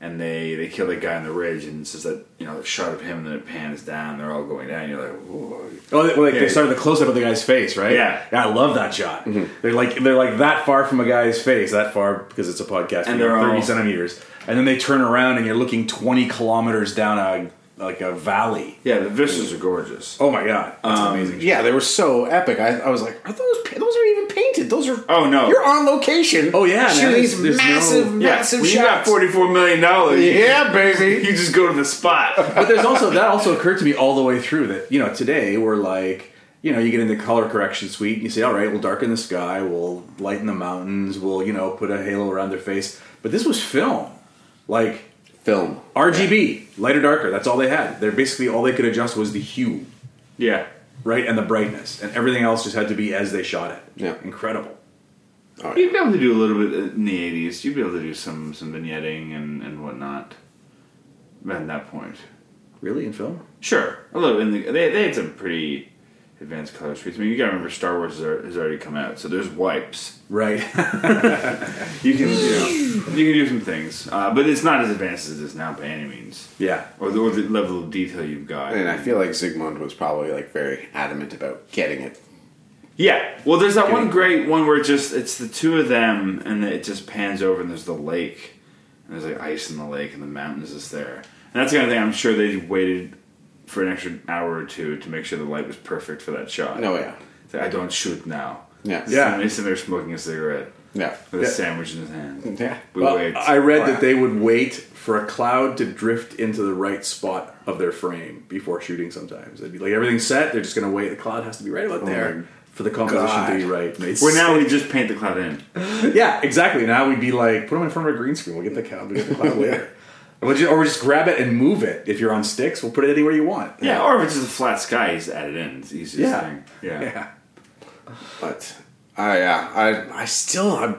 and they they kill the guy on the ridge, and it's just that you know the shot of him, and then it pans down, they're all going down. You're like, "Ooh!" Oh, they- well, like Yeah. they started the close up of the guy's face, right? Yeah. Mm-hmm. I love that shot. They're like they're like that far from a guy's face, that far because it's a podcast, And you know, they're thirty all- centimeters, and then they turn around and you're looking twenty kilometers down a like a valley. Yeah, the vistas are gorgeous. Oh my god, that's Um, amazing. Yeah, they were so epic. I, I was like, are those pa- those aren't even painted? Those are Oh, no. you're on location. Oh, yeah, shooting man, these there's no- massive, massive when you got shots. forty four million dollars, *laughs* yeah, *laughs* baby. you just go to the spot. *laughs* but there's also that also occurred to me all the way through that you know today we're like you know you get into color correction suite and you say all right we'll darken the sky we'll lighten the mountains we'll you know put a halo around their face but this was film like Film. RGB, lighter, darker. That's all they had. They're basically all they could adjust was the hue, yeah, right, and the brightness, and everything else just had to be as they shot it. Yeah. incredible. you'd be able to do a little bit uh, in the eighties. You'd be able to do some some vignetting and and whatnot. At that point, Really, in film? Sure, a little. In the, they they had some pretty advanced color screens. I mean, you gotta remember Star Wars has al- has already come out, so there's wipes. Right. *laughs* You can you, know, you can do some things, uh, but it's not as advanced as it is now by any means, yeah. or the, or the level of detail you've got. And I feel like Zygmunt was probably like very adamant about getting it. Yeah, well, there's that one great one where it just it's the two of them, and it just pans over, and there's the lake, and there's like ice in the lake, and the mountains is there, and that's the kind of thing. I'm sure they waited for an extra hour or two to make sure the light was perfect for that shot. No, yeah, Say, I don't shoot now. Yeah. Yeah. And he's sitting there smoking a cigarette yeah, with Yeah. a sandwich in his hand. yeah. We Well, wait. I read that they would wait for a cloud to drift into the right spot of their frame before shooting. Sometimes they'd be like, everything's set. They're just gonna wait. The cloud has to be right about Oh my there for the composition God. to be right. Made Where now we just paint the cloud in. Yeah, exactly. Now we'd be like, put them in front of a green screen. We'll get the cloud, we'll get the cloud later. Or *laughs* we'll just, or we'll just grab it and move it. If you're on sticks, we'll put it anywhere you want. Yeah, or if it's just a flat sky, he's added in. It's the easiest Yeah. thing. Yeah. Yeah. But I, yeah, I, I still, I'm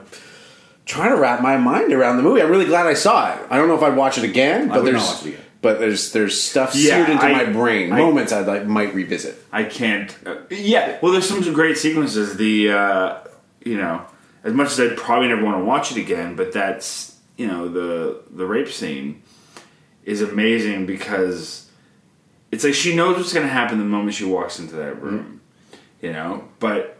trying to wrap my mind around the movie. I'm really glad I saw it. I don't know if I'd watch it again, but would not there's, watch it again. but there's, there's stuff Yeah, seared into I- my brain. I- moments I like might revisit. I can't. Uh, yeah. Well, there's some great sequences. The, uh, you know, as much as I'd probably never want to watch it again, but that's, you know, the the rape scene is amazing because Mm-hmm. it's like she knows what's going to happen the moment she walks into that room, you know, but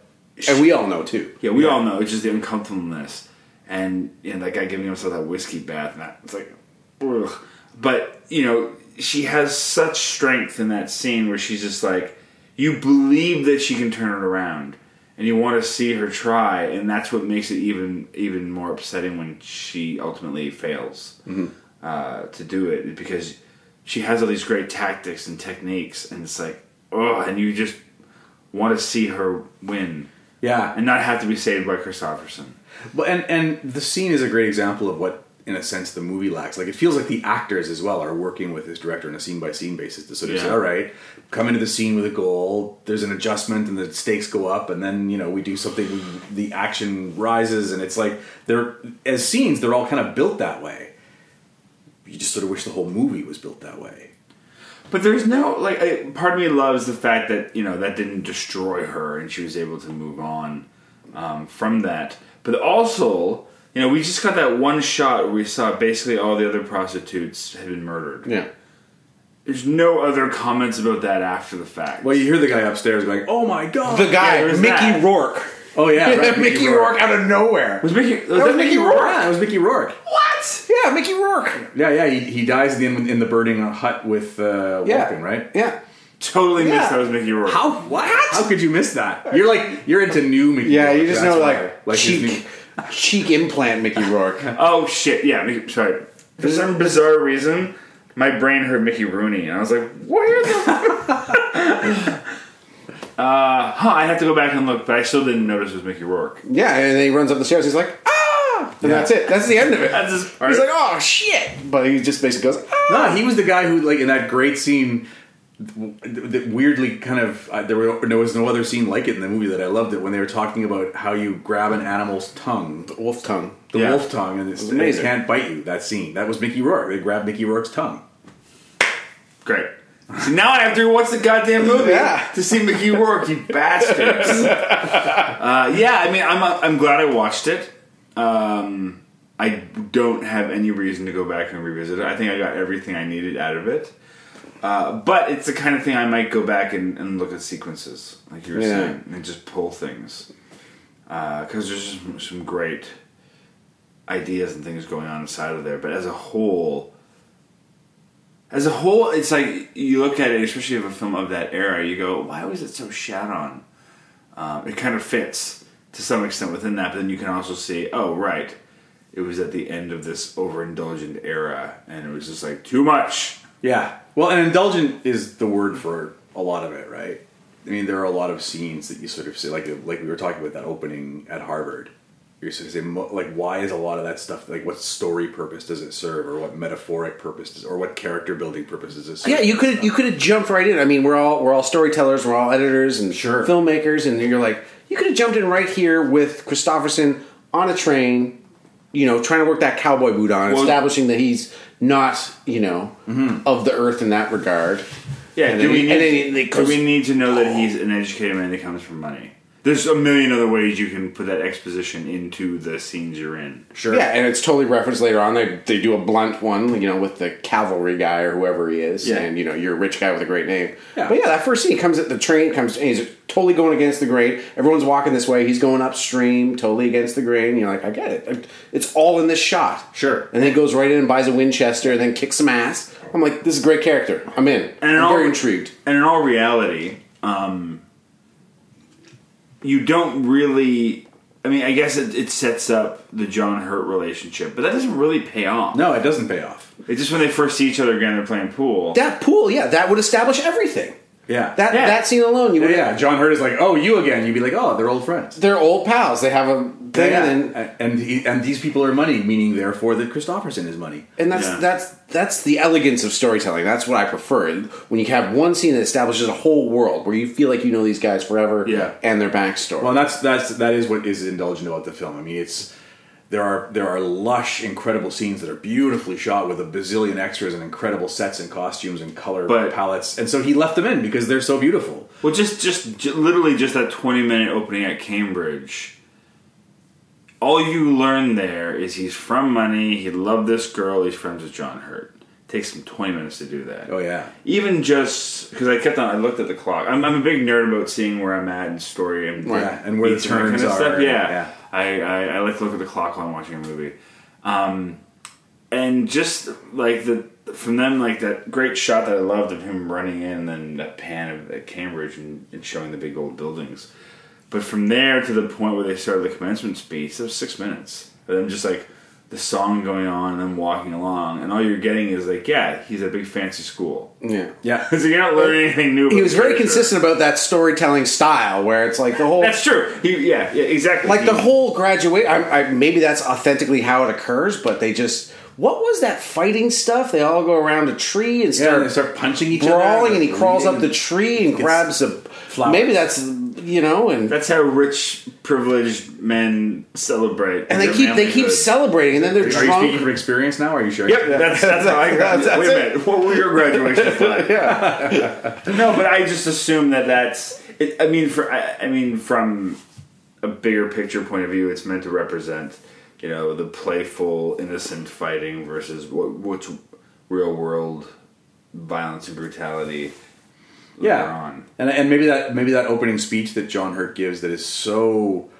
and we all know too. Yeah, we all know it's just the uncomfortableness, and and that guy giving himself that whiskey bath, and that it's like, ugh. but you know, she has such strength in that scene where she's just like, you believe that she can turn it around, and you want to see her try, and that's what makes it even even more upsetting when she ultimately fails uh, to do it because she has all these great tactics and techniques, and it's like, oh, and you just want to see her win Yeah, and not have to be saved by Christopherson. But and and the scene is a great example of what, in a sense, the movie lacks. Like it feels like the actors as well are working with this director on a scene by scene basis to sort of say, Yeah. all right, come into the scene with a goal. There's an adjustment, and the stakes go up, and then you know we do something. We, the action rises, and it's like they're as scenes they're all kind of built that way. You just sort of wish the whole movie was built that way. But there's no like. I, part of me loves the fact that you know that didn't destroy her, and she was able to move on um, from that. But also, you know, we just got that one shot where we saw basically all the other prostitutes had been murdered. Yeah. There's no other comments about that after the fact. Well, you hear the guy upstairs going, "Oh my god!" The guy, there was Mickey that. Rourke. oh yeah, *laughs* right, Mickey Rourke out of nowhere. was Mickey? Was That that Mickey Rourke? Yeah, it was Mickey Rourke. What? Yeah, Mickey Rourke. Yeah, yeah, he, he dies in, in the burning hut with uh, Walken, Yeah. right? Yeah. Totally Yeah. missed that was Mickey Rourke. How what? How could you miss that? You're like you're into new Mickey. Yeah, Rourke, you just that's know, why. like, his Cheek. Cheek implant Mickey *laughs* Rourke. Oh shit! Yeah, Mickey, sorry. For some bizarre reason, my brain heard Mickey Rooney, and I was like, "Where the?" *laughs* uh, huh, I have to go back and look, but I still didn't notice it was Mickey Rourke. Yeah, and then he runs up the stairs. He's like, ah! And that's it. That's the end of *laughs* it. That's his part. He's like, oh shit! But he just basically goes, ah! No, he was the guy who like in that great scene th- that weirdly kind of uh, there, were, there was no other scene like it in the movie that I loved it when they were talking about how you grab an animal's tongue, Wolf tongue. the Yeah. wolf tongue, and it's, and it amazing. can't bite you. That scene that was Mickey Rourke. They grabbed Mickey Rourke's tongue. Great. So now I have to watch the goddamn movie Yeah. to see Mickey Rourke, you bastards. uh, yeah, I mean, I'm uh, I'm glad I watched it. Um, I don't have any reason to go back and revisit it. I think I got everything I needed out of it. Uh, but it's the kind of thing I might go back and, and look at sequences, like you were Yeah. saying, and just pull things. Because there's just some- some great ideas and things going on inside of there. But as a whole, as a whole, it's like you look at it, especially of a film of that era, you go, why was it so shat on? Um, it kind of fits to some extent within that, but then you can also see, oh, right, it was at the end of this overindulgent era, and it was just like too much. Yeah. Well, and indulgent is the word for a lot of it, right? I mean, there are a lot of scenes that you sort of see, like like we were talking about that opening at Harvard. You're sort of saying, mo- like, why is a lot of that stuff like what story purpose does it serve, or what metaphoric purpose does, or what character building purpose does it serve? Yeah, you could you could have jumped right in. I mean, we're all we're all storytellers, we're all editors and Sure. filmmakers, and you're like, you could have jumped in right here with Christofferson on a train, you know, trying to work that cowboy boot on, Well- Mm-hmm. establishing that he's not, you know, of the earth in that regard. Yeah, And do then we he- need, and then he- Oh. they do close- we need to know that he's an educated man that comes from money? There's a million other ways you can put that exposition into the scenes you're in. Sure. Yeah, and it's totally referenced later on. They they do a blunt one, you know, with the cavalry guy or whoever he is, Yeah. and you know, you're a rich guy with a great name. Yeah. But yeah, that first scene he comes at the train comes and he's totally going against the grain. Everyone's walking this way. He's going upstream, totally against the grain. you're like, I get it. It's all in this shot. Sure. And then he goes right in and buys a Winchester and then kicks some ass. I'm like, this is a great character. I'm in. And I'm all- very intrigued. and in all reality, um, you don't really. I mean, I guess it, it sets up the John Hurt relationship, but that doesn't really pay off. No, it doesn't pay off. It's just when they first see each other again, they're playing pool. That pool, yeah, that would establish everything. Yeah. That Yeah. that scene alone, you would yeah. John Hurt is like, oh, you again. You'd be like, oh, they're old friends. They're old pals. They have a thing, Yeah. and then And and, he, and these people are money, meaning therefore that Christopherson is money. And that's Yeah. that's that's the elegance of storytelling. That's what I prefer. When you have one scene that establishes a whole world where you feel like you know these guys forever Yeah. and their backstory. Well, that's that's that is what is indulgent about the film. I mean, it's there are there are lush, incredible scenes that are beautifully shot with a bazillion extras and incredible sets and costumes and color But- palettes. And so he left them in because they're so beautiful. Well, just, just j- literally just that twenty minute opening at Cambridge. All you learn there is he's from money. He loved this girl. He's friends with John Hurt. takes them 20 minutes to do that. Oh yeah. Even just because I kept on, I looked at the clock. I'm, I'm a big nerd about seeing where I'm at in story and like, Yeah, and where the beats that turns are, Stuff. Yeah, yeah. I, I I like to look at the clock while I'm watching a movie, um, and just like the from them like that great shot that I loved of him running in, and then that pan of at Cambridge and, and showing the big old buildings. But from there to the point where they started the commencement speech, that was six minutes. And then just like the song going on and them walking along, and all you're getting is like, yeah, he's at a big fancy school. Yeah. *laughs* Yeah. So you're not learning anything new. About He was very literature. consistent about that storytelling style, where it's like the whole That's true. He, yeah, yeah, exactly. like the He- whole graduate I, I, maybe that's authentically how it occurs but they just what was that fighting stuff they all go around a tree and Yeah, start they start punching each other. brawling and he crawls up the tree. tree and grabs a flowers. maybe that's you know and That's how rich, privileged men celebrate. and they their keep they keep manlyhood. celebrating and then they're Are you speaking drunk from experience now? Are you sure? Yep, that's, that's how I got. *laughs* That's- that's Wait a minute, what were your *laughs* graduations like? yeah *laughs* No, but I just assume that that's. It, I mean, for I, I mean, from a bigger picture point of view, it's meant to represent, you know, the playful, innocent fighting versus what what's real world violence and brutality. later yeah. on. And and maybe that maybe that opening speech that John Hurt gives that is so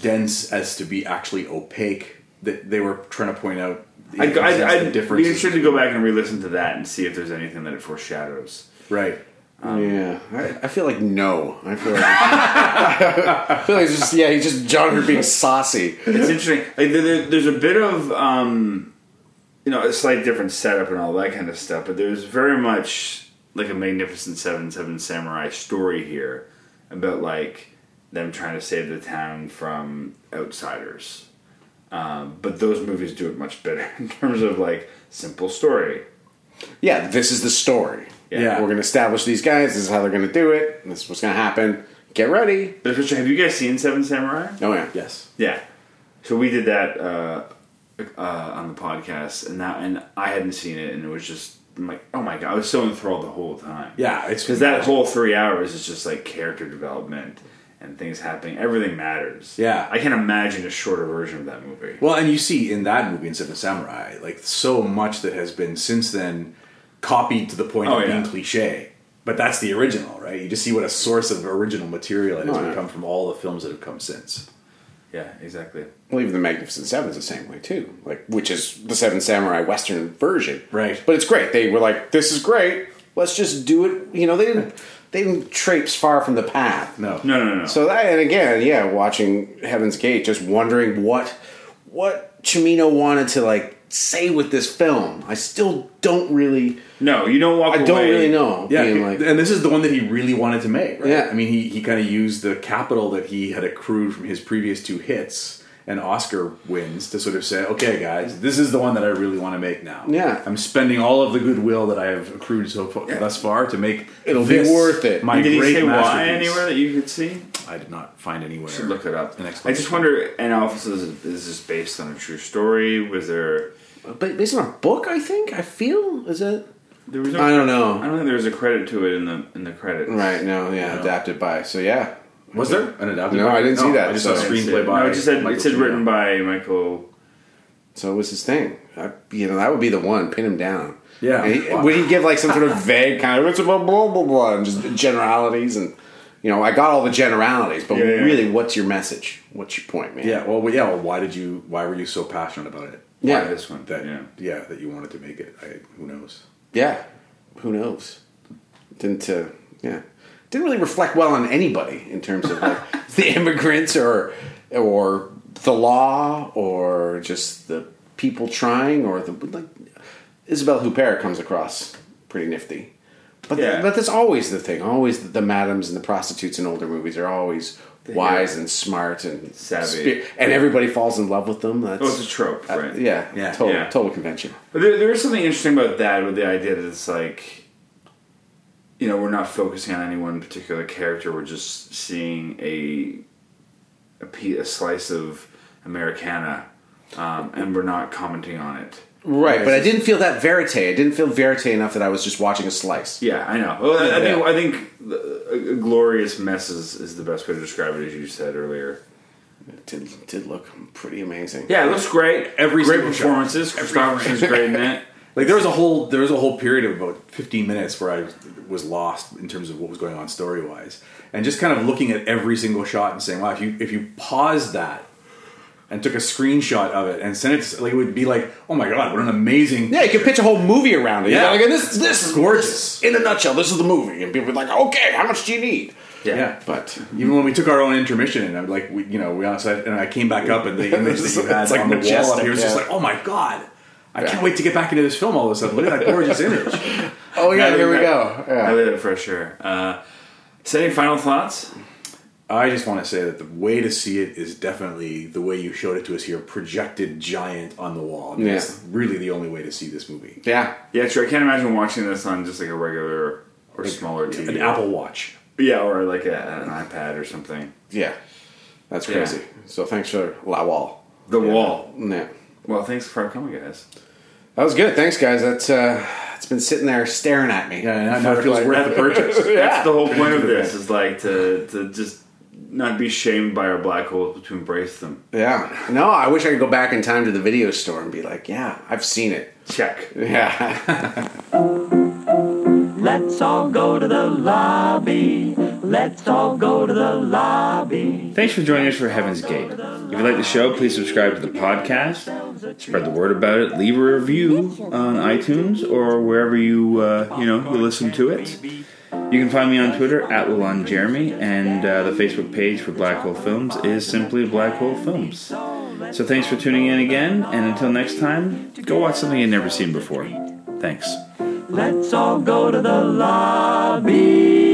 dense as to be actually opaque that they were trying to point out. the I, I, I, inconsistency, we should go back and re-listen to that and see if there's anything that it foreshadows. Right. yeah I, I feel like no I feel like *laughs* I feel like it's just yeah he's just John Hurt being saucy it's interesting. Like there, there, there's a bit of um, you know a slight different setup and all that kind of stuff, but there's very much like a Magnificent Seven, Seven Samurai story here about like them trying to save the town from outsiders. Um, but those movies do it much better *laughs* in terms of like simple story. yeah this is the story Yeah. we're gonna establish these guys this is how they're gonna do it this is what's gonna happen get ready But especially- Have you guys seen Seven Samurai? oh yeah Yes. Yeah. So we did that uh, uh, on the podcast, and that, and I hadn't seen it, and it was just I'm like, oh my god, I was so enthralled the whole time. Yeah. It's because that whole three hours is just like character development and things happening. Everything matters. Yeah. I can't imagine a shorter version of that movie. Well, and you see in that movie in Seven Samurai, like so much that has been since then copied to the point Oh, of yeah. being cliche. But that's the original, right? You just see what a source of original material it has Oh, yeah. become from all the films that have come since. Yeah, exactly. Well, even the Magnificent Seven's the same way too, like which is the Seven Samurai Western version, Right. But it's great. They were like, "This is great. Let's just do it." You know, they didn't they didn't traipse far from the path. No, No, no, no. So that, and again, yeah, watching Heaven's Gate, just wondering what what Chimino wanted to like say with this film. I still don't really, no, you don't walk. I don't away- really know. Yeah, being like, *laughs* and this is the one that he really wanted to make. Right? Yeah. I mean, he, he kind of used the capital that he had accrued from his previous two hits and Oscar wins to sort of say, okay, guys, this is the one that I really want to make now. Yeah. I'm spending all of the goodwill that I have accrued so far, thus far to make It'll be this worth it. My And Did he great say why masterpiece. anywhere that you could see? I did not find anywhere. should look it up. An I just explanation. wonder. And also, is, is this based on a true story? Was there? but based on a book, I think I feel is it There was. No, I don't know. I don't think there was a credit to it in the in the credits. right? No, yeah, adapted by. So yeah, Was there an adapted? No, I didn't see that, I just saw a so- screenplay by. No, it just said Michael it said Cimino. written by Michael. So it was his thing. I, you know, that would be the one. Pin him down. Yeah. And he- would he give like some sort *laughs* of vague kind of it's about blah blah blah and just generalities and you know I got all the generalities, but Yeah, yeah. really, what's your message? What's your point, man? Yeah. Well, yeah. Well, why did you? Why were you so passionate about it? Yeah, yeah, this one. That yeah. yeah, yeah that you wanted to make it. I, who knows? yeah. Who knows? Didn't uh, yeah? Didn't really reflect well on anybody in terms *laughs* of like the immigrants or or the law or just the people trying or the like. Isabel Huppert comes across pretty nifty. But, Yeah. but that's always the thing. Always the, the madams and the prostitutes in older movies are always wise and smart and Savvy. and everybody falls in love with them. That's, Oh, it's a trope, right? uh, yeah, Yeah. total, Yeah. total convention. But there, there is something interesting about that, with the idea that it's like, you know, we're not focusing on any one particular character. We're just seeing a a, pe- a slice of Americana, um, and we're not commenting on it. Right, but I didn't feel that verite. I didn't feel verite enough that I was just watching a slice. Yeah, I know. Well, I, I think Yeah. I think the- a, a glorious mess is, is the best way to describe it, as you said earlier. It did, did look pretty amazing. Yeah, it looks great. Every great single shot. performances. Christopherson's great in it. Like there was a whole there was a whole period of about 15 minutes where I was lost in terms of what was going on story wise, and just kind of looking at every single shot and saying, "Wow, if you if you pause that." And took a screenshot of it and sent it. To, like it would be like, oh my god, what an amazing! Yeah, you could pitch a whole movie around it. Yeah. Yeah, like this, this is Gorgeous. gorgeous. in a nutshell, this is the movie, and people are like, okay, how much do you need? Yeah. but even when we took our own intermission, and I'm like, we, you know, we also and I came back up, *laughs* and the image that you had It's like on the wall up majestic, here was just yeah. like, oh my god, I Yeah. can't wait to get back into this film all of a sudden. Look at that gorgeous image. Oh yeah, Rather here we than- go. I Yeah. live it for sure. Uh, so, any final thoughts? I just want to say that the way to see it is definitely the way you showed it to us here, projected giant on the wall. I mean, Yeah. That's really the only way to see this movie. Yeah, Yeah, true. I can't imagine watching this on just like a regular or smaller TV. An Apple Watch. Yeah, or like a, an iPad or something. yeah, that's Yeah. crazy. So thanks for La Wall. The wall. Yeah, Well, thanks for coming, guys. that was good. Thanks, guys. That's uh, it's been sitting there staring at me. Yeah, and that feels *laughs* worth the *laughs* purchase. That's the whole point of this is like to to just not be shamed by our black holes, but to embrace them. Yeah. No, I wish I could go back in time to the video store and be like, yeah, I've seen it. Check. Yeah. Let's all go to the lobby. Let's all go to the lobby. Thanks for joining us for Heaven's Gate. If you like the show, please subscribe to the podcast, spread the word about it, leave a review on iTunes or wherever you uh, you know you listen to it. You can find me on Twitter at Wilon Jeremy, and uh, the Facebook page for Black Hole Films is simply Black Hole Films. So thanks for tuning in again, and until next time, go watch something you've never seen before. Thanks. Let's all go to the lobby.